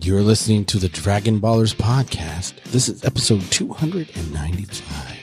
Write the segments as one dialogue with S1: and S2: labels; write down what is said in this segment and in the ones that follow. S1: You're listening to the Dragon Ballers podcast. This is episode 295.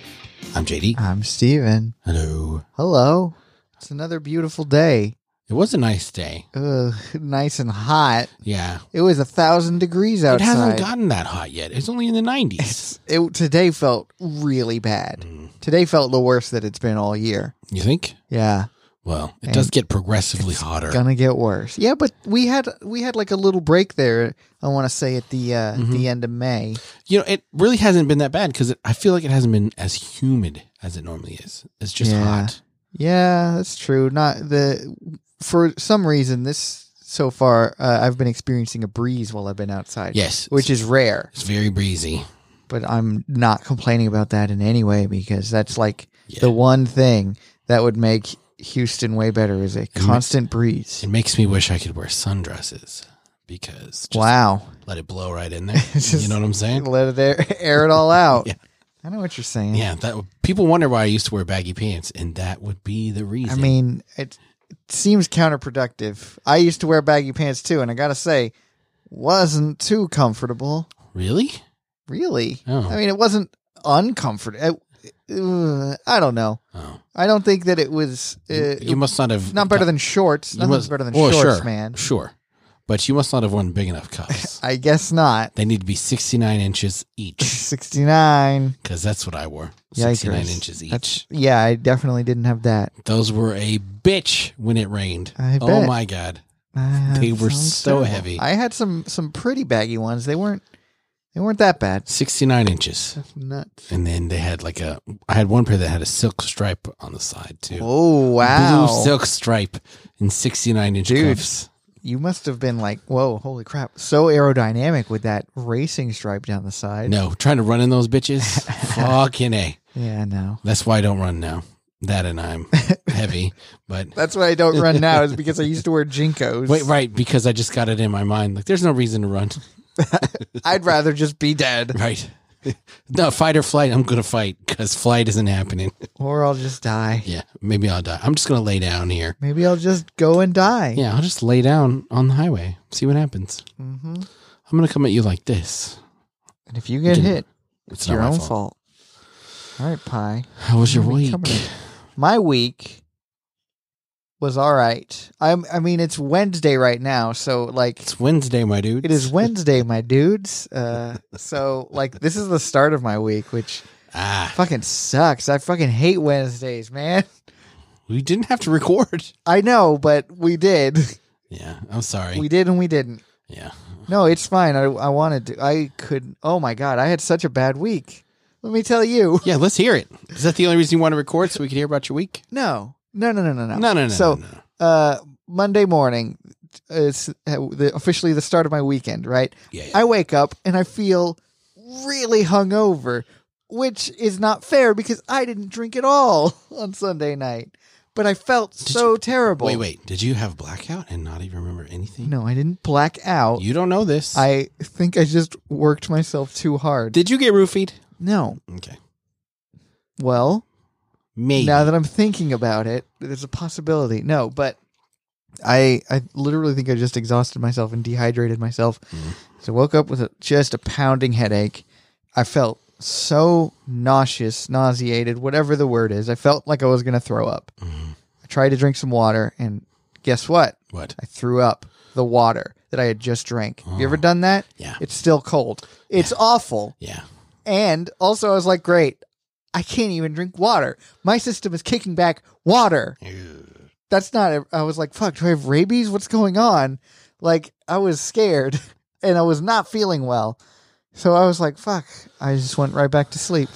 S1: I'm JD.
S2: I'm Steven.
S1: Hello.
S2: Hello. It's another beautiful day.
S1: It was a nice day.
S2: Ugh, nice and hot.
S1: Yeah.
S2: It was a thousand degrees
S1: It hasn't
S2: outside.
S1: gotten that hot yet. It's only in the 90s.
S2: It- today felt really bad.
S1: Mm.
S2: Today felt the worst that it's been all year.
S1: You think?
S2: Yeah,
S1: Well, it
S2: And
S1: does get progressively
S2: it's
S1: hotter.
S2: gonna get worse. Yeah, but we had we had like a little break there. I want to say at the uh,
S1: Mhm.
S2: the end of May.
S1: you know, it really hasn't been that bad because I feel like it hasn't been as humid as it normally is. It's just
S2: Yeah.
S1: hot.
S2: Yeah, that's true. Not the for some reason this so far uh, I've been experiencing a breeze while I've been outside.
S1: Yes.
S2: which is rare.
S1: It's very breezy.
S2: but I'm not complaining about that in any way because that's like
S1: Yeah.
S2: the one thing that would make Houston way better is a constant breeze.
S1: It makes me wish I could wear sundresses because just
S2: Wow.
S1: let it blow right in there.
S2: It's just-
S1: you know what I'm saying?
S2: Let it air, air it all out.
S1: Yeah.
S2: I know what you're saying.
S1: Yeah, that people wonder why I used to wear baggy pants, and that would be the
S2: I
S1: reason.
S2: mean, it, it seems counterproductive. I used to wear baggy pants too, and I gotta say, wasn't too comfortable.
S1: really?
S2: Really.
S1: Oh.
S2: I mean, it wasn't uncomfortable. I don't know.
S1: Oh,
S2: I don't think that it was. Uh,
S1: you, you must not have
S2: not better than shorts.
S1: you
S2: Nothing's
S1: must-
S2: better than
S1: well,
S2: shorts,
S1: sure,
S2: man.
S1: Sure, but you must not have worn big enough cuffs.
S2: I guess not.
S1: they need to be sixty nine inches each,
S2: 69.
S1: because that's what I wore.
S2: Yikers.
S1: Sixty nine inches each.
S2: That's- yeah, I definitely didn't have that.
S1: Those were a bitch when it rained.
S2: I
S1: oh
S2: bet.
S1: my god,
S2: Uh,
S1: They were
S2: sounds
S1: so heavy.
S2: I had some some pretty baggy ones. They weren't they weren't that bad.
S1: sixty nine inches.
S2: That's nuts.
S1: And then they had like a. I had one pair that had a silk stripe on the side too.
S2: Oh wow.
S1: Blue silk stripe and sixty nine inch
S2: Dude.
S1: cuffs.
S2: You must have been like, whoa, holy crap. So aerodynamic with that racing stripe down the side.
S1: No, trying to run in those bitches. Fucking A.
S2: Yeah, no.
S1: That's why I don't run now. That and I'm heavy. But
S2: That's why I don't run now, is because I used to wear Jinkos.
S1: wait, right, because I just got it in my mind. Like there's no reason to run.
S2: I'd rather just be dead.
S1: Right. No, fight or flight, I'm gonna fight because flight isn't happening.
S2: Or I'll just die.
S1: Yeah, maybe I'll die. I'm just gonna lay down here.
S2: Maybe I'll just go and die.
S1: Yeah, I'll just lay down on the highway. See what happens.
S2: hmm
S1: I'm gonna come at you like this.
S2: And if you get
S1: Didn't-
S2: hit,
S1: It's
S2: it's
S1: not
S2: your
S1: my
S2: own
S1: fault.
S2: fault. All right, Pie.
S1: How was your
S2: Let me
S1: week?
S2: come in. My week was all right. I'm, I mean, it's Wednesday right now, so like
S1: It's Wednesday, my dude.
S2: it is Wednesday, my dudes. Uh, so like this is the start of my week, which
S1: Ah,
S2: fucking sucks. I fucking hate Wednesdays, man.
S1: we didn't have to record.
S2: I know, but we did.
S1: Yeah, I'm sorry.
S2: We did and we didn't.
S1: yeah.
S2: No, it's fine. I, I wanted to. I could. Oh my god, I had such a bad week. Let me tell you.
S1: Yeah, let's hear it. Is that the only reason you want to record so we can hear about your week?
S2: No, no, no, no, no, no.
S1: No, no, no.
S2: So-
S1: no, no.
S2: uh, Monday morning. It's uh, the, officially the start of my weekend, right?
S1: yeah, yeah.
S2: I wake up and I feel really hungover, which is not fair because I didn't drink at all on Sunday night. But I felt so terrible.
S1: wait, wait. Did you have blackout and not even remember anything?
S2: No, I didn't black out.
S1: you don't know this.
S2: I think I just worked myself too hard.
S1: did you get roofied?
S2: no.
S1: Okay,
S2: Well,
S1: maybe.
S2: now that I'm thinking about it, there's a possibility. No, but I I literally think I just exhausted myself and dehydrated myself.
S1: Mhm.
S2: So woke up with a, just a pounding headache. I felt so nauseous, nauseated, whatever the word is. I felt like I was going to throw up.
S1: Mhm.
S2: I tried to drink some water and guess what?
S1: What?
S2: I threw up the water that I had just drank. Have you ever
S1: Oh.
S2: done that?
S1: Yeah,
S2: It's still cold. It's awful.
S1: yeah.
S2: And also, I was like, great, I can't even drink water. My system is kicking back water.
S1: Ew.
S2: That's not, I was like, fuck, do I have rabies? What's going on? Like, I was scared and I was not feeling well. So I was like, fuck, I just went right back to sleep.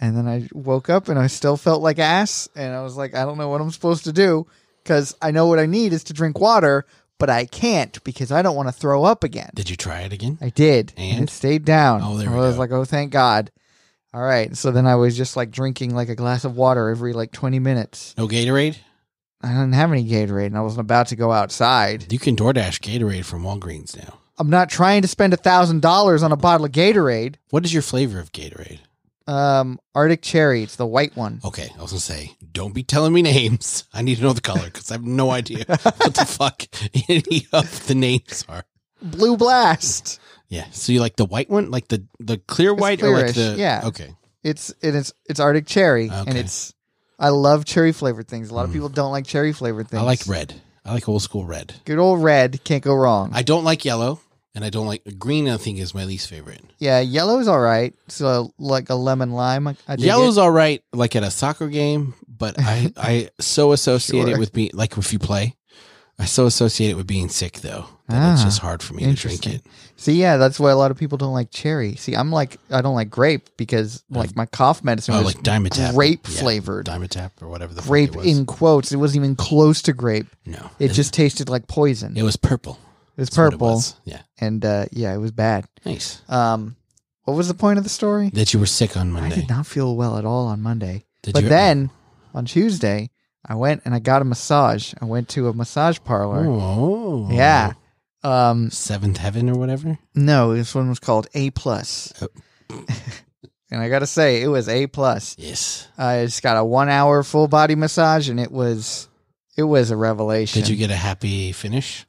S2: And then I woke up and I still felt like ass. And I was like, I don't know what I'm supposed to do because I know what I need is to drink water, but I can't because I don't want to throw up again.
S1: Did you try it again?
S2: I did.
S1: And?
S2: it stayed down.
S1: Oh, there
S2: I
S1: we
S2: was
S1: go.
S2: like, oh, thank God. All right. So then I was just like drinking like a glass of water every like 20 minutes.
S1: No Gatorade.
S2: I didn't have any Gatorade and I wasn't about to go outside.
S1: You can DoorDash Gatorade from Walgreens now.
S2: I'm not trying to spend a $1,000 on a bottle of Gatorade.
S1: What is your flavor of Gatorade?
S2: Um, Arctic Cherry. It's the white one.
S1: Okay, I was gonna say, don't be telling me names. I need to know the color because I have no idea what the fuck any of the names are.
S2: Blue Blast.
S1: Yeah. So you like the white one, like the the clear
S2: It's
S1: white, or like
S2: clearish,
S1: the
S2: yeah.
S1: Okay.
S2: It's it is it's Arctic cherry, and
S1: Okay.
S2: it's I love cherry flavored things. A lot of
S1: Mm.
S2: people don't like cherry flavored things.
S1: I like red. I like old school red.
S2: Good old red can't go wrong.
S1: I don't like yellow, and I don't like green. I think is my least favorite.
S2: yeah, yellow's all right. So like a lemon lime. I dig it.
S1: Yellow's all right, like at a soccer game, but I I so associate it
S2: Sure.
S1: with being like if you play, I so associate it with being sick though. That it's
S2: Ah,
S1: just hard for me to drink
S2: interesting.
S1: it.
S2: See, yeah, that's why a lot of people don't like cherry. See, I'm like I don't like grape because like my cough medicine
S1: Oh,
S2: was
S1: like diamond tap,
S2: grape
S1: Yeah,
S2: flavored.
S1: diamond tap or whatever the fuck
S2: grape
S1: it was.
S2: in quotes. It wasn't even close to grape.
S1: no,
S2: It just tasted like poison.
S1: it was purple.
S2: It was
S1: That's what it
S2: purple,
S1: was. Yeah,
S2: and uh, yeah, it was bad.
S1: nice
S2: Um, what was the point of the story?
S1: that you were sick on
S2: I
S1: Monday.
S2: did not feel well at all on Monday.
S1: Did
S2: but
S1: you-
S2: then on Tuesday, I went and I got a massage. I went to a massage parlor.
S1: oh
S2: Yeah. Um,
S1: seventh heaven or whatever.
S2: no, this one was called A plus.
S1: Oh.
S2: and I gotta say, it was A plus.
S1: Yes.
S2: I just got a one hour full body massage, and it was it was a revelation.
S1: Did you get a happy finish?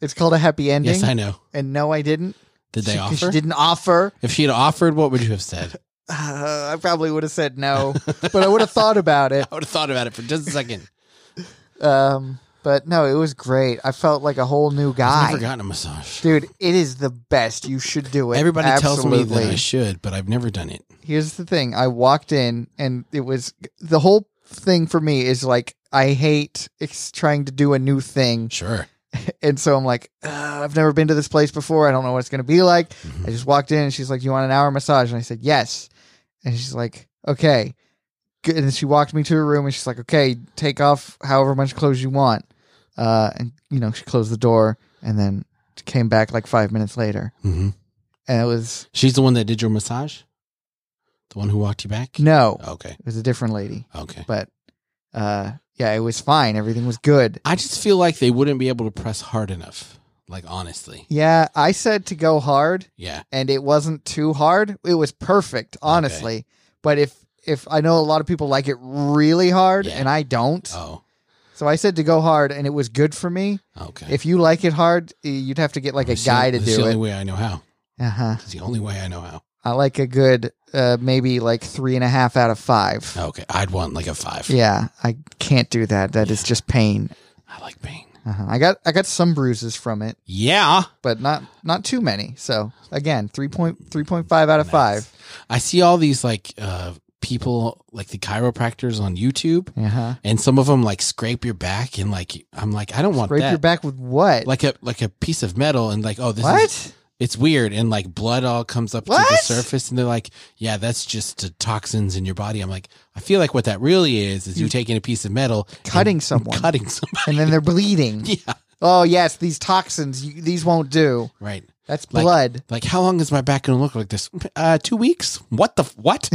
S2: it's called a happy ending.
S1: Yes, I know.
S2: and no, I didn't.
S1: Did they
S2: She- 'cause She
S1: offer?
S2: didn't offer.
S1: If she had offered, what would you have said?
S2: Uh, I probably would have said no, but I would have thought about it.
S1: I would have thought about it for just a second.
S2: Um, but no, it was great. I felt like a whole new
S1: I've never
S2: guy.
S1: gotten a massage.
S2: Dude, it is the best. You should do it.
S1: Everybody tells me
S2: Absolutely.
S1: that I should, but I've never done it.
S2: Here's the thing. I walked in and it was the whole thing for me is like I hate ex- trying to do a new thing.
S1: Sure.
S2: And so I'm like, "Ugh, I've never been to this place before. I don't know what it's going to be like.
S1: Mhm.
S2: I just walked in and she's like, "You want an hour massage?" And I said, "Yes." And she's like, "Okay." Good. And she walked me to her room and she's like, "Okay, take off however much clothes you want." Uh, and you know, she closed the door and then came back like five minutes later,
S1: Mhm.
S2: and it was
S1: She's the one that did your massage? The one who walked you back?
S2: no,
S1: Okay.
S2: it was a different lady,
S1: Okay.
S2: but uh, yeah, it was fine. Everything was good.
S1: I just feel like they wouldn't be able to press hard enough. Like, honestly.
S2: Yeah, I said to go hard,
S1: Yeah.
S2: and it wasn't too hard. It was perfect, honestly. But if if I know a lot of people like it really hard,
S1: Yeah.
S2: and I don't,
S1: Oh,
S2: So I said to go hard, and it was good for me.
S1: okay.
S2: If you like it hard, eh, you'd have to get like a
S1: That's the-
S2: guy to
S1: that's the
S2: do
S1: only
S2: it.
S1: way I know how.
S2: Uh huh.
S1: It's the only way I know how.
S2: I like a good, uh, maybe like three and a half out of five.
S1: Okay. I'd want like a five.
S2: Yeah, I can't do that. That is just pain.
S1: I like pain.
S2: Uh-huh. I got I got some bruises from it,
S1: Yeah.
S2: but not not too many. So again, three point three point five out of
S1: Nice.
S2: five.
S1: I see all these like uh people like the chiropractors on YouTube
S2: Uh huh.
S1: and some of them like scrape your back and like I'm like I don't want
S2: Scrape
S1: that.
S2: your back with what?
S1: Like a like a piece of metal and like oh this
S2: what?
S1: is it's weird and like blood all comes up to the
S2: What?
S1: surface and they're like yeah that's just the toxins in your body. I'm like I feel like what that really is is you,
S2: You-
S1: taking a piece of metal and
S2: Cutting someone,
S1: cutting somebody.
S2: and then they're bleeding.
S1: Yeah.
S2: Oh yes, these toxins. You, these won't do.
S1: Right.
S2: That's
S1: Like-
S2: blood.
S1: Like how long is my back going to look like this? Uh 2 weeks? What the f- what?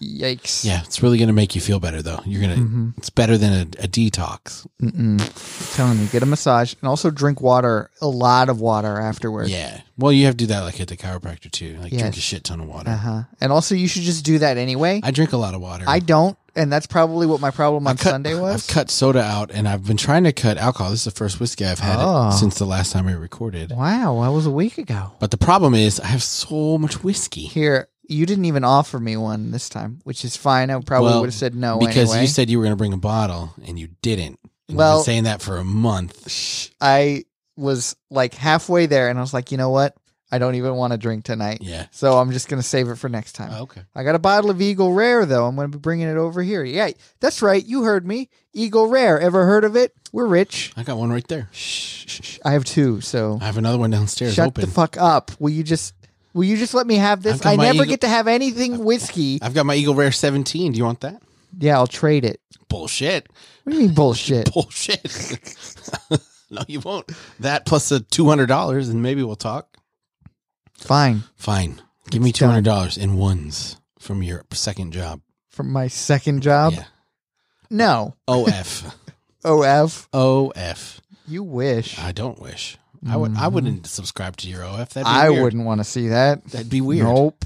S2: Yikes.
S1: yeah, it's really going to make you feel better though. You're going to
S2: Mm-hmm.
S1: it's better than a, a detox.
S2: Mm-mm. I'm telling you, get a massage and also drink water, a lot of water afterwards.
S1: Yeah. Well, you have to do that like at the chiropractor too. Like drink
S2: Yes.
S1: a shit ton of water.
S2: Uh huh. And also, you should just do that anyway. I,
S1: I drink a lot of water.
S2: don't, and that's probably what my problem on
S1: I've cut-
S2: Sunday was.
S1: I've cut soda out, and I've been trying to cut alcohol. This is the first whiskey I've had
S2: Oh.
S1: since the last time we recorded.
S2: Wow, that was a week ago.
S1: But the problem is, I have so much whiskey
S2: Here, you didn't even offer me one this time, which is fine. I probably
S1: Well,
S2: would have said no
S1: because
S2: anyway.
S1: you said you were going to bring a bottle, and you didn't. And well,
S2: Well-
S1: been saying that for a month.
S2: Shh. I was like halfway there, and I was like, you know what? I don't even want to drink tonight.
S1: Yeah.
S2: So I'm just gonna save it for next time.
S1: Oh, okay.
S2: I got a bottle of Eagle Rare though. I'm going to be bringing it over here. Yeah, that's right. You heard me. Eagle Rare. Ever heard of it? We're rich.
S1: I got one right there.
S2: Shh, shh, shh. I have two. So
S1: I have another one downstairs
S2: shut
S1: open.
S2: the fuck up. Will you just will you just let me have
S1: I've
S2: this?
S1: got
S2: I
S1: my
S2: never
S1: Eagle-
S2: get to have anything whiskey.
S1: I've got my Eagle Rare 17. Do you want that?
S2: Yeah, I'll trade it.
S1: Bullshit.
S2: What do you mean bullshit?
S1: Bullshit. no, you won't. That plus the $200, and maybe we'll talk.
S2: Fine.
S1: Fine. Give me
S2: It's
S1: two
S2: done.
S1: hundred dollars in ones from your second job.
S2: From my second job?
S1: yeah.
S2: No.
S1: OF.
S2: OF.
S1: OF.
S2: You wish.
S1: I don't wish. I would I
S2: Mhm.
S1: wouldn't subscribe to your OF. That'd be
S2: I
S1: weird.
S2: wouldn't want to see that.
S1: That'd be weird.
S2: Nope.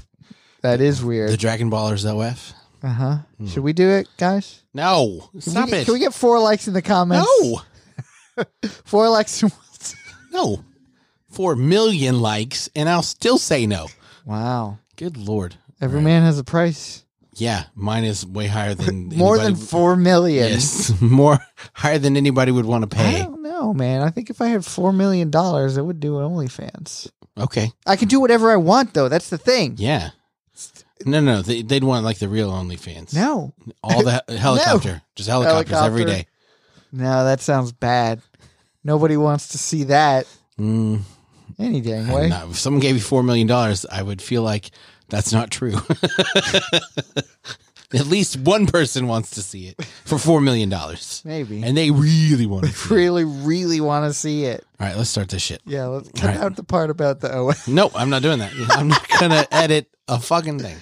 S2: That is
S1: The
S2: weird.
S1: Dragon Ballers OF?
S2: Uh huh. Should we do it, guys?
S1: No.
S2: Can
S1: Stop
S2: we get-
S1: it.
S2: Can we get four likes in the comments?
S1: no.
S2: Four likes.
S1: No. 1.4 million likes, and I'll still say no.
S2: Wow.
S1: Good lord.
S2: Every
S1: Right.
S2: man has a price.
S1: Yeah, mine is way higher than
S2: More than
S1: anybody-
S2: four million.
S1: Yes, more higher than anybody would want to
S2: I
S1: pay.
S2: don't know, man. I think if I had four million dollars, I would do OnlyFans.
S1: Okay,
S2: I can do whatever I want, though. That's the thing.
S1: yeah. No, no, they, they'd want like the real OnlyFans.
S2: No,
S1: All the he- helicopter, just helicopters every
S2: Helicopter.
S1: day.
S2: no, that sounds bad. Nobody wants to see that
S1: Mm,
S2: any dang
S1: I'm
S2: way.
S1: not- if someone gave me four million dollars, I would feel like that's not true. At least one person wants to see it for four million dollars,
S2: Maybe.
S1: and they really want to. See it.
S2: really, really want to see it.
S1: All right, let's start this shit.
S2: Yeah, let's
S1: All
S2: cut
S1: right.
S2: out the part about the OS.
S1: No, I'm not doing that. I'm not gonna edit a fucking thing.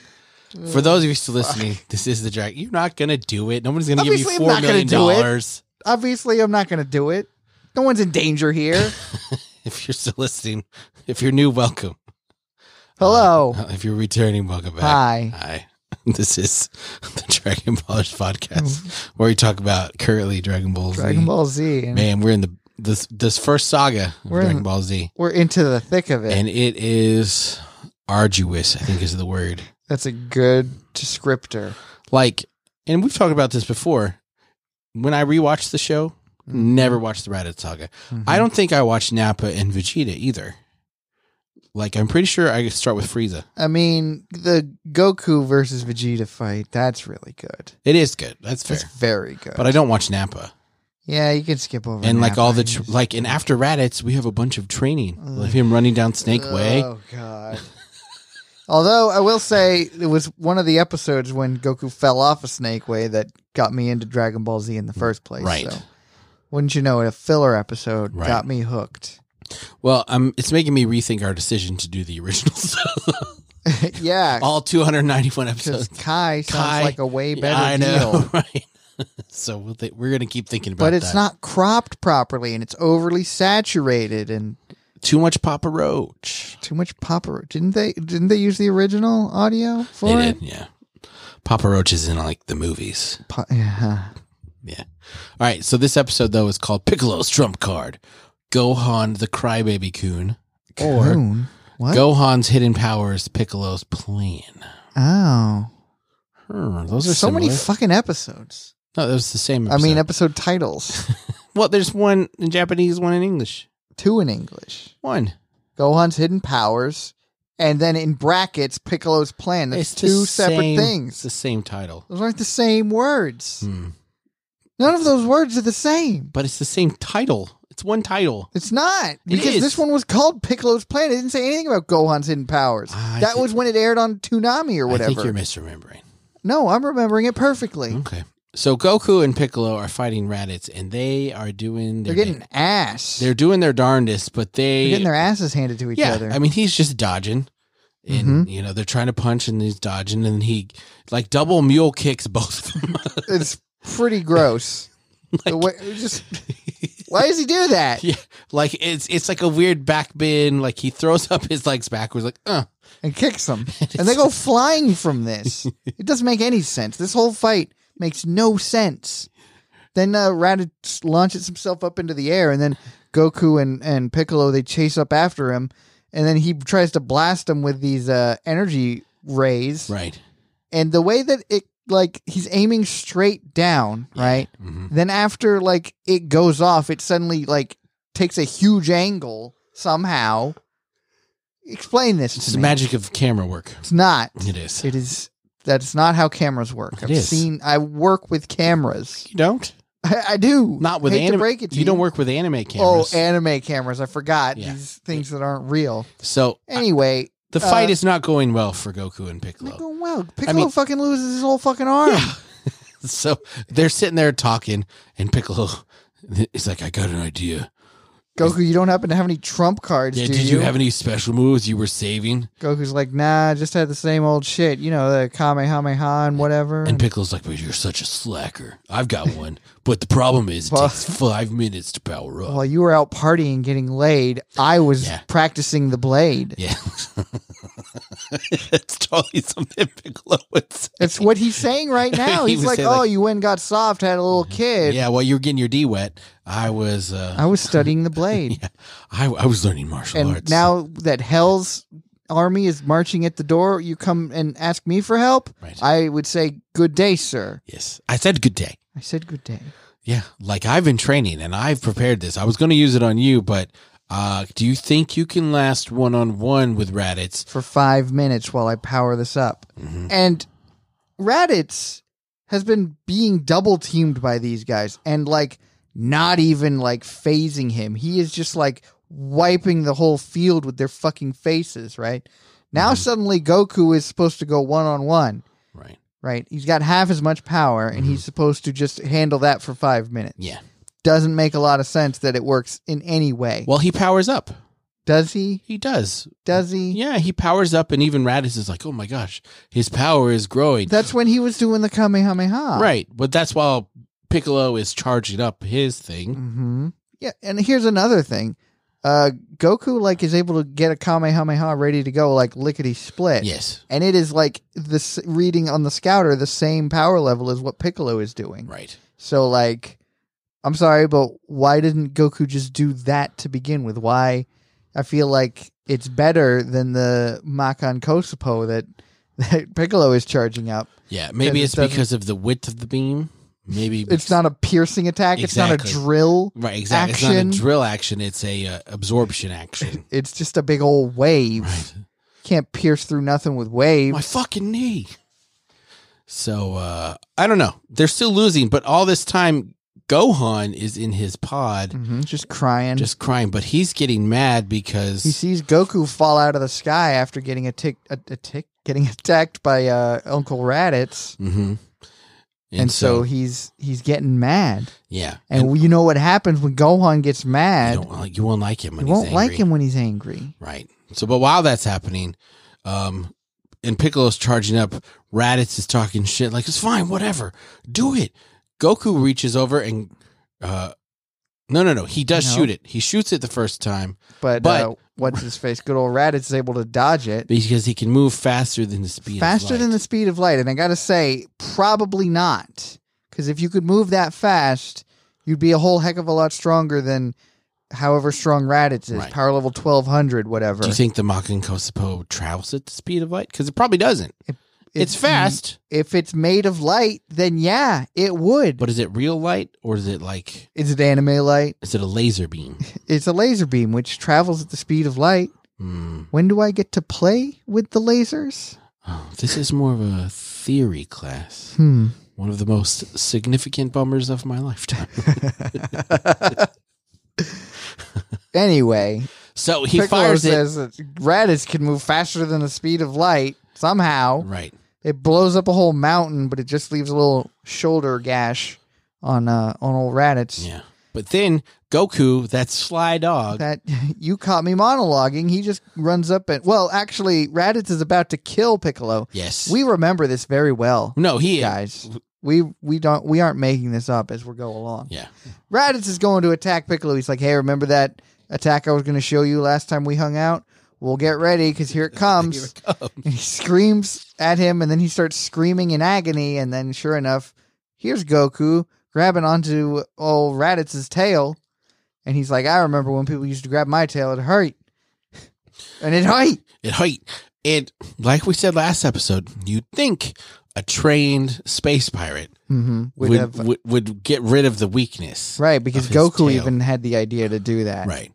S1: For those of you still listening, this is the drag. You're not gonna do it. Nobody's gonna give
S2: Obviously,
S1: you
S2: I'm
S1: four
S2: not
S1: million
S2: gonna do it.
S1: dollars
S2: Obviously, I'm not going to do it. No one's in danger here.
S1: if you're still listening. If you're new, welcome.
S2: Hello.
S1: Uh, If you're returning, welcome back.
S2: Hi.
S1: Hi. This is the Dragon Ballers podcast, where we talk about currently Dragon Ball Z.
S2: Dragon Ball Z. And
S1: Man, we're in the this this first saga of
S2: We're in-
S1: Dragon Ball Z,
S2: we're into the thick of it.
S1: and it is arduous. I think is the word.
S2: That's a good descriptor.
S1: like and we've talked about this before when i rewatched the show
S2: Mm-hmm.
S1: never watched the Raditz saga i don't think i watched nappa and vegeta either like i'm pretty sure i start with frieza
S2: I mean, the Goku versus Vegeta fight, that's really good.
S1: it is good that's fair
S2: That's very good.
S1: but i don't watch nappa
S2: yeah, you can skip over
S1: and like
S2: Nappa.
S1: all the
S2: You
S1: tr-
S2: just-
S1: like and after Raditz, we have a bunch of training
S2: Ugh.
S1: of him running down snake way
S2: Oh god. Although I will say it was one of the episodes when Goku fell off a snake way that got me into Dragon Ball Z in the first place.
S1: Right.
S2: So, wouldn't you know it, a filler episode
S1: Right.
S2: got me hooked.
S1: well um it's making me rethink our decision to do the original so
S2: yeah.
S1: all 291 episodes
S2: Because Kai sounds
S1: Kai-
S2: like a way better
S1: i know
S2: deal.
S1: right so we'll th- we're gonna keep thinking about
S2: But it's
S1: that.
S2: not cropped properly and it's overly saturated and
S1: too much Papa Roach.
S2: too much popper. Didn't they didn't they use the original audio for
S1: They
S2: it?
S1: did, yeah. Papa Roach is in like the movies.
S2: Po- yeah.
S1: Yeah. All right. So this episode though is called Piccolo's Trump Card. Gohan the Crybaby Coon. Or
S2: Coon. What?
S1: Gohan's Hidden Powers, Piccolo's Plan.
S2: Oh.
S1: Hmm, those are
S2: There's so many
S1: similar.
S2: fucking episodes.
S1: no, that was the same.
S2: I mean,
S1: episode.
S2: episode titles.
S1: well, there's one in Japanese, one in English.
S2: Two in English.
S1: One.
S2: Gohan's Hidden Powers. And then in brackets, Piccolo's Plan.
S1: it's
S2: That's
S1: the
S2: two separate
S1: same- It's
S2: things.
S1: the same title,
S2: Those aren't the same words.
S1: Hmm.
S2: None of those words are the same.
S1: but it's the same title. It's one title.
S2: It's not. Because
S1: is.
S2: this one was called Piccolo's Plan. It didn't say anything about Gohan's Hidden Powers.
S1: Ah, I
S2: that
S1: thi-
S2: was when it aired on Toonami
S1: I think
S2: or whatever.
S1: you're Mm, misremembering.
S2: No, I'm remembering it perfectly.
S1: Okay. So Goku and Piccolo are fighting Raditz, and they are doing. Their
S2: They're getting ass.
S1: They're doing their darndest, but they.
S2: They're getting their asses handed to each
S1: yeah.
S2: other.
S1: I mean, he's just dodging, and
S2: Mm-hmm.
S1: you know they're trying to punch, and he's dodging, and he like double mule kicks both of them.
S2: it's pretty gross. the way, just why does he do that?
S1: yeah. Like it's it's like a weird back bin. Like he throws up his legs backwards, like uh.
S2: and kicks them. and they go flying from this. It doesn't make any sense. This whole fight makes no sense. Then uh, Raditz launches himself up into the air, and then Goku and, and Piccolo they chase up after him, and then he tries to blast him with these uh, energy rays.
S1: Right.
S2: And the way that it like he's aiming straight down, right?
S1: hmm
S2: Then after like it goes off, it suddenly like takes a huge angle somehow. Explain this to
S1: It's the
S2: me.
S1: magic of camera work.
S2: It's not.
S1: It is.
S2: It is. That's not how cameras work.
S1: It
S2: I've
S1: is.
S2: seen. I work with cameras.
S1: you don't.
S2: I, I do.
S1: Not with
S2: Hate to
S1: anime.
S2: break it to
S1: you don't work with anime
S2: Oh,
S1: cameras.
S2: anime cameras. I forgot
S1: Yeah.
S2: these things that aren't real.
S1: so
S2: Anyway,
S1: the fight
S2: uh,
S1: is not going well for Goku and
S2: I'm
S1: Piccolo.
S2: like, oh, wow, Piccolo
S1: mean-
S2: fucking loses his whole fucking arm.
S1: So they're sitting there talking, and Piccolo is like, "I got an idea.
S2: Goku, you don't happen to have any trump cards,
S1: Yeah,
S2: do
S1: did you? have any special moves you were saving?"
S2: Goku's like, nah, I just had the same old shit. You know, the Kamehameha and whatever.
S1: And Piccolo's like, "But you're such a slacker. I've got one, but the problem is it
S2: Well-
S1: takes five minutes to power up."
S2: while you were out partying, getting laid, I was
S1: Yeah.
S2: practicing the blade.
S1: yeah, it's totally something Piccolo would say.
S2: It's what he's saying right now.
S1: He
S2: He's
S1: would
S2: like,
S1: say,
S2: "Oh,
S1: like-
S2: you went and got soft, had a little kid.
S1: Yeah, while you were getting your D wet, I was uh,
S2: I was studying the blade,
S1: yeah, I, I was learning martial
S2: Um, and
S1: arts.
S2: now that Hell's army is marching at the door, you come and ask me for help.
S1: Right.
S2: I would say, "Good day, sir."
S1: yes, I said good day.
S2: I said, "Good day."
S1: Yeah, like I've been training and I've prepared this. I was going to use it on you, but uh, do you think you can last one on one with Raditz? Mm-hmm.
S2: for five minutes while I power this up. And Raditz has been being double teamed by these guys and like not even like phasing him. He is just like wiping the whole field with their fucking faces, right? Now
S1: Mm-hmm.
S2: suddenly Goku is supposed to go one on one,
S1: Right.
S2: right? He's got half as much power and he's supposed to just handle that for five minutes.
S1: Mm-hmm. Yeah.
S2: Doesn't make a lot of sense that it works in any way.
S1: Well, he powers up.
S2: Does he?
S1: He does.
S2: Does he?
S1: Yeah, he powers up, and even Raditz is like, "Oh my gosh, his power is growing."
S2: That's when he was doing the Kamehameha.
S1: right, but that's while Piccolo is charging up his thing.
S2: hmm Yeah, and here's another thing. Uh, Goku like is able to get a Kamehameha ready to go like lickety split.
S1: Yes.
S2: And it is like this reading on the scouter the same power level as what Piccolo is doing.
S1: Right.
S2: So like I'm sorry, but why didn't Goku just do that to begin with? Why I feel like it's better than the Makan Kosepo that, that Piccolo is charging up.
S1: Yeah. Maybe
S2: it
S1: it's
S2: doesn't-
S1: because of the width of the beam. Maybe
S2: It's not a piercing attack, it's
S1: Exactly.
S2: not a drill.
S1: right. Exactly. It's
S2: action.
S1: not a drill action. It's a uh, absorption action.
S2: It's just a big old wave.
S1: right.
S2: can't pierce through nothing with waves.
S1: my fucking knee. So uh I don't know. They're still losing, but all this time Gohan is in his pod
S2: hmm Just crying.
S1: just crying, but he's getting mad
S2: he
S1: because
S2: sees Goku fall out of the sky after getting a tick, a, a tick, getting attacked by uh, Uncle Raditz,
S1: Mhm.
S2: and, so, he's he's getting mad.
S1: yeah.
S2: And, you know what happens when Gohan gets
S1: you
S2: mad?
S1: don't like- you won't like him when
S2: you won't
S1: he's
S2: like
S1: angry.
S2: him when he's angry.
S1: Right. So but while that's happening, um and Piccolo's charging up, Raditz is talking shit like it's fine, whatever. Do it. Goku reaches over and uh no, no, no. He does
S2: No.
S1: shoot it. He shoots it the first time.
S2: But,
S1: But-
S2: uh, what's his face? Good old Raditz is able to dodge it
S1: because he can move faster than the speed.
S2: faster than the speed of light. And I gotta say, probably not, because if you could move that fast, you'd be a whole heck of a lot stronger than however strong Raditz is,
S1: Right.
S2: power level twelve hundred, whatever.
S1: Do you think the Makan Kosepo travels at the speed of light? Because it probably doesn't.
S2: If-
S1: It's, fast,
S2: If it's made of light, then yeah, it would.
S1: but is it real light or is it like
S2: is it anime light?
S1: is it a laser beam?
S2: It's a laser beam which travels at the speed of light.
S1: Hmm.
S2: When do I get to play with the lasers?
S1: Oh, this is more of a theory class.
S2: Hmm.
S1: One of the most significant bummers of my lifetime.
S2: Anyway,
S1: So he
S2: Piccolo
S1: fires it.
S2: says that Raditz can move faster than the speed of light somehow.
S1: Right.
S2: it blows up a whole mountain, but it just leaves a little shoulder gash on uh, on old Raditz.
S1: Yeah. But then Goku, that sly dog,
S2: That you caught me monologuing. He just runs up and well, actually, Raditz is about to kill Piccolo.
S1: yes.
S2: We remember this very well,
S1: no, he
S2: guys. We we don't we aren't making this up as we go along.
S1: Yeah.
S2: Raditz is going to attack Piccolo. He's like, "Hey, remember that attack I was going to show you last time we hung out? Well, get ready because here it comes."
S1: Here it comes.
S2: And he screams at him, and then he starts screaming in agony. And then, sure enough, here's Goku grabbing onto old Raditz's tail. And he's like, I remember when people used to grab my tail, it hurt. And it hurt.
S1: It height. It like we said last episode, you'd think a trained space pirate
S2: Mm-hmm.
S1: would
S2: Would
S1: would,
S2: have,
S1: would, get rid of the weakness.
S2: right, because
S1: of his tail.
S2: Goku even had the idea to do that.
S1: Right.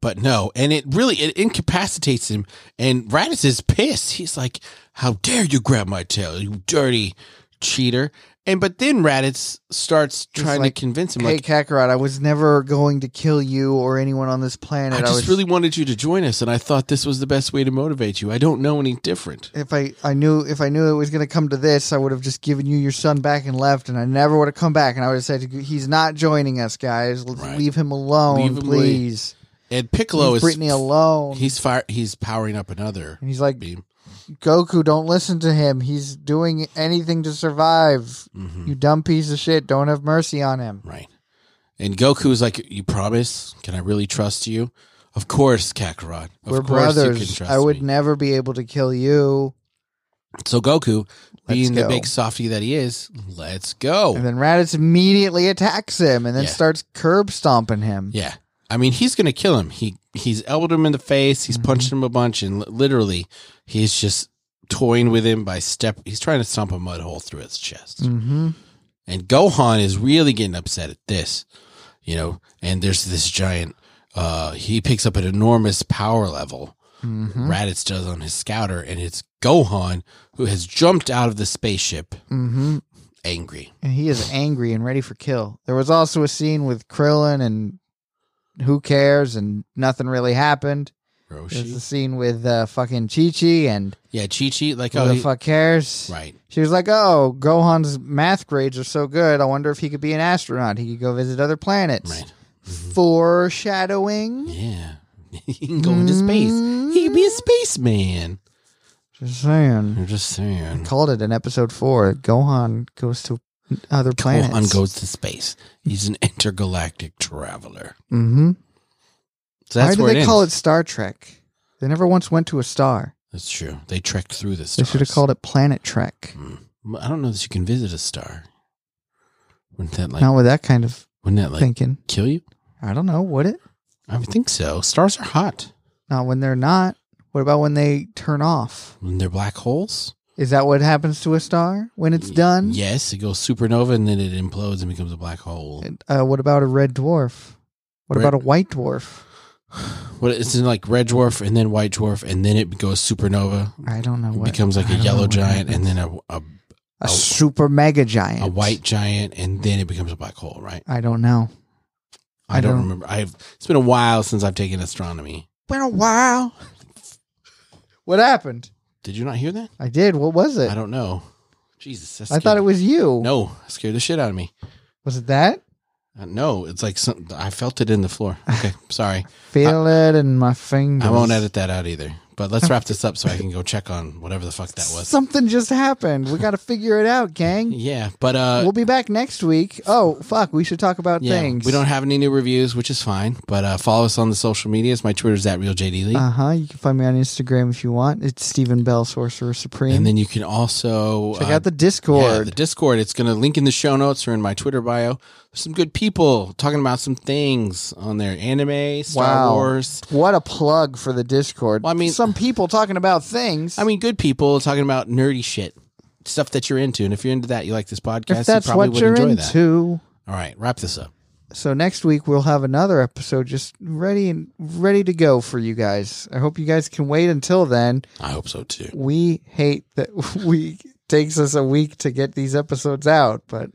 S1: But no, and it really it incapacitates him and Raditz is pissed. He's like, How dare you grab my tail, you dirty cheater. And but then Raditz starts
S2: He's
S1: trying
S2: like,
S1: to convince him
S2: Hey,
S1: like
S2: Kakarot, I was never going to kill you or anyone on this planet.
S1: I just really wanted you to join us and I thought this was the best way to motivate you. I don't know any different.
S2: if I, I knew if I knew it was going to come to this, I would have just given you your son back and left, and I never would have come back. And I would have said, "He's not joining us, guys. Let's
S1: Right.
S2: leave him alone,
S1: Leave him
S2: please.
S1: And Piccolo
S2: leave
S1: is
S2: Brittany alone."
S1: he's fire he's powering up another
S2: and he's like,
S1: beam.
S2: "Goku, don't listen to him. He's doing anything to survive.
S1: Mhm.
S2: You dumb piece of shit. Don't have mercy on him."
S1: Right. And Goku's like, You promise? Can I really trust you? Of course, Kakarot. Of
S2: We're
S1: course you can
S2: brothers.
S1: trust
S2: I would
S1: me.
S2: never be able to kill you.
S1: So Goku, being the
S2: go.
S1: big softy that he is, let's go.
S2: And then Raditz immediately attacks him and then
S1: Yeah.
S2: starts curb stomping him.
S1: Yeah. I mean, he's going to kill him. He he's elbowed him in the face.
S2: Mm-hmm.
S1: He's punched him a bunch, and li- literally, he's just toying with him by step. He's trying to stomp a mud hole through his chest.
S2: hmm
S1: And Gohan is really getting upset at this, you know. And there's this giant. Uh, he picks up an enormous power level.
S2: hmm
S1: Raditz does on his scouter, and it's Gohan who has jumped out of the spaceship,
S2: hmm
S1: angry.
S2: And he is angry and ready for kill. There was also a scene with Krillin and who cares and nothing really happened. There's the
S1: Roshi,
S2: scene with uh, fucking Chi Chi and
S1: yeah, Chi Chi, like
S2: who
S1: oh,
S2: the
S1: he-
S2: fuck cares.
S1: right,
S2: She was like, "Oh, Gohan's math grades are so good. I wonder if he could be an astronaut. He could go visit other planets."
S1: right, Mm-hmm.
S2: Foreshadowing. Mm-hmm.
S1: yeah. he can go into space. He can be a spaceman.
S2: Just saying.
S1: I'm just saying.
S2: Called it in episode four. Gohan goes to other planets.
S1: Gohan goes to space. He's an intergalactic traveler.
S2: Mm-hmm.
S1: So that's
S2: Why do
S1: where
S2: they
S1: it
S2: call it
S1: ends.
S2: Star Trek? They never once went to a star.
S1: That's true. They trekked through the
S2: They
S1: stars.
S2: should have called it Planet Trek.
S1: Mm. I don't know that you can visit a star. Wouldn't that like?
S2: Not with that kind of
S1: Wouldn't that like
S2: thinking.
S1: kill you?
S2: I don't know. Would it?
S1: I would think so. Stars are hot.
S2: Not when they're not. What about when they turn off?
S1: When they're black holes.
S2: Is that what happens to a star when it's done?
S1: Yes, it goes supernova and then it implodes and becomes a black hole.
S2: Uh, what about a red dwarf? What
S1: Red-
S2: about a white dwarf?
S1: What it's in like red dwarf and then white dwarf and then it goes supernova,
S2: I don't know.
S1: it
S2: What,
S1: becomes like
S2: I
S1: a
S2: don't know
S1: yellow
S2: what
S1: giant and
S2: happens.
S1: then a, a
S2: a,
S1: a-
S2: super mega giant.
S1: a white giant and then it becomes a black hole, right?
S2: I don't know.
S1: I,
S2: I
S1: don't,
S2: don't-
S1: remember. I've it's been a while since I've taken astronomy.
S2: Been a while. what happened?
S1: Did you not hear that?
S2: I did. What was it?
S1: I
S2: I,
S1: don't know. Jesus, that
S2: thought
S1: scared-
S2: it was you.
S1: no scared the shit out of me.
S2: Was it that?
S1: Uh, no, it's like some, I felt it in the floor. Okay, sorry.
S2: Feel it in my fingers.
S1: Uh, I won't edit that out either. But let's wrap this up so I can go check on whatever the fuck that was.
S2: Something just happened. We got to figure it out, gang.
S1: Yeah, but uh,
S2: we'll be back next week. Oh, fuck. We should talk about
S1: yeah,
S2: things.
S1: we don't have any new reviews, which is fine. But uh, follow us on the social medias. My Twitter's at realjdlee,
S2: Uh huh. You can find me on Instagram if you want. It's Stephen Bell, Sorcerer Supreme.
S1: and then you can also
S2: Check
S1: uh,
S2: out the
S1: yeah,
S2: Discord.
S1: the Discord. It's going to link in the show notes or in my Twitter bio. There's some good people talking about some things on there: anime, Star
S2: Wow.
S1: Wars.
S2: What a plug for the Discord.
S1: Well, I mean-
S2: some people talking about things.
S1: I mean, good people talking about nerdy shit, stuff that you're into. And if you're into that, you like this podcast.
S2: if that's
S1: you probably
S2: what
S1: would
S2: you're
S1: enjoy That.
S2: into.
S1: All right, wrap this up.
S2: So next week we'll have another episode just ready and ready to go for you guys. I hope you guys can wait until then.
S1: I hope so too.
S2: We hate that we takes us a week to get these episodes out, but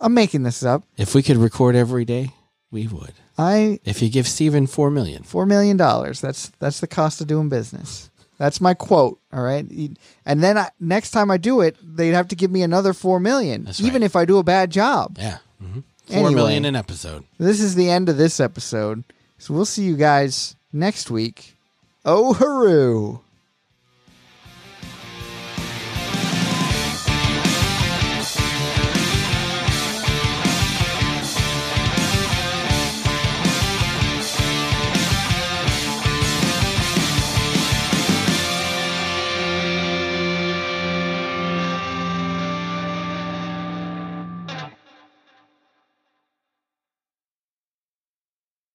S2: I'm making this up.
S1: If we could record every day, we would.
S2: I
S1: If you give Steven four million.
S2: four million dollars. That's that's the cost of doing business. That's my quote. All right, E, and then I, next time I do it, they'd have to give me another four million,
S1: That's
S2: even
S1: right.
S2: if I do a bad job.
S1: Yeah. Mm-hmm.
S2: Anyway.
S1: an episode.
S2: This is the end of this episode, so we'll see you guys next week. Oh, hooroo!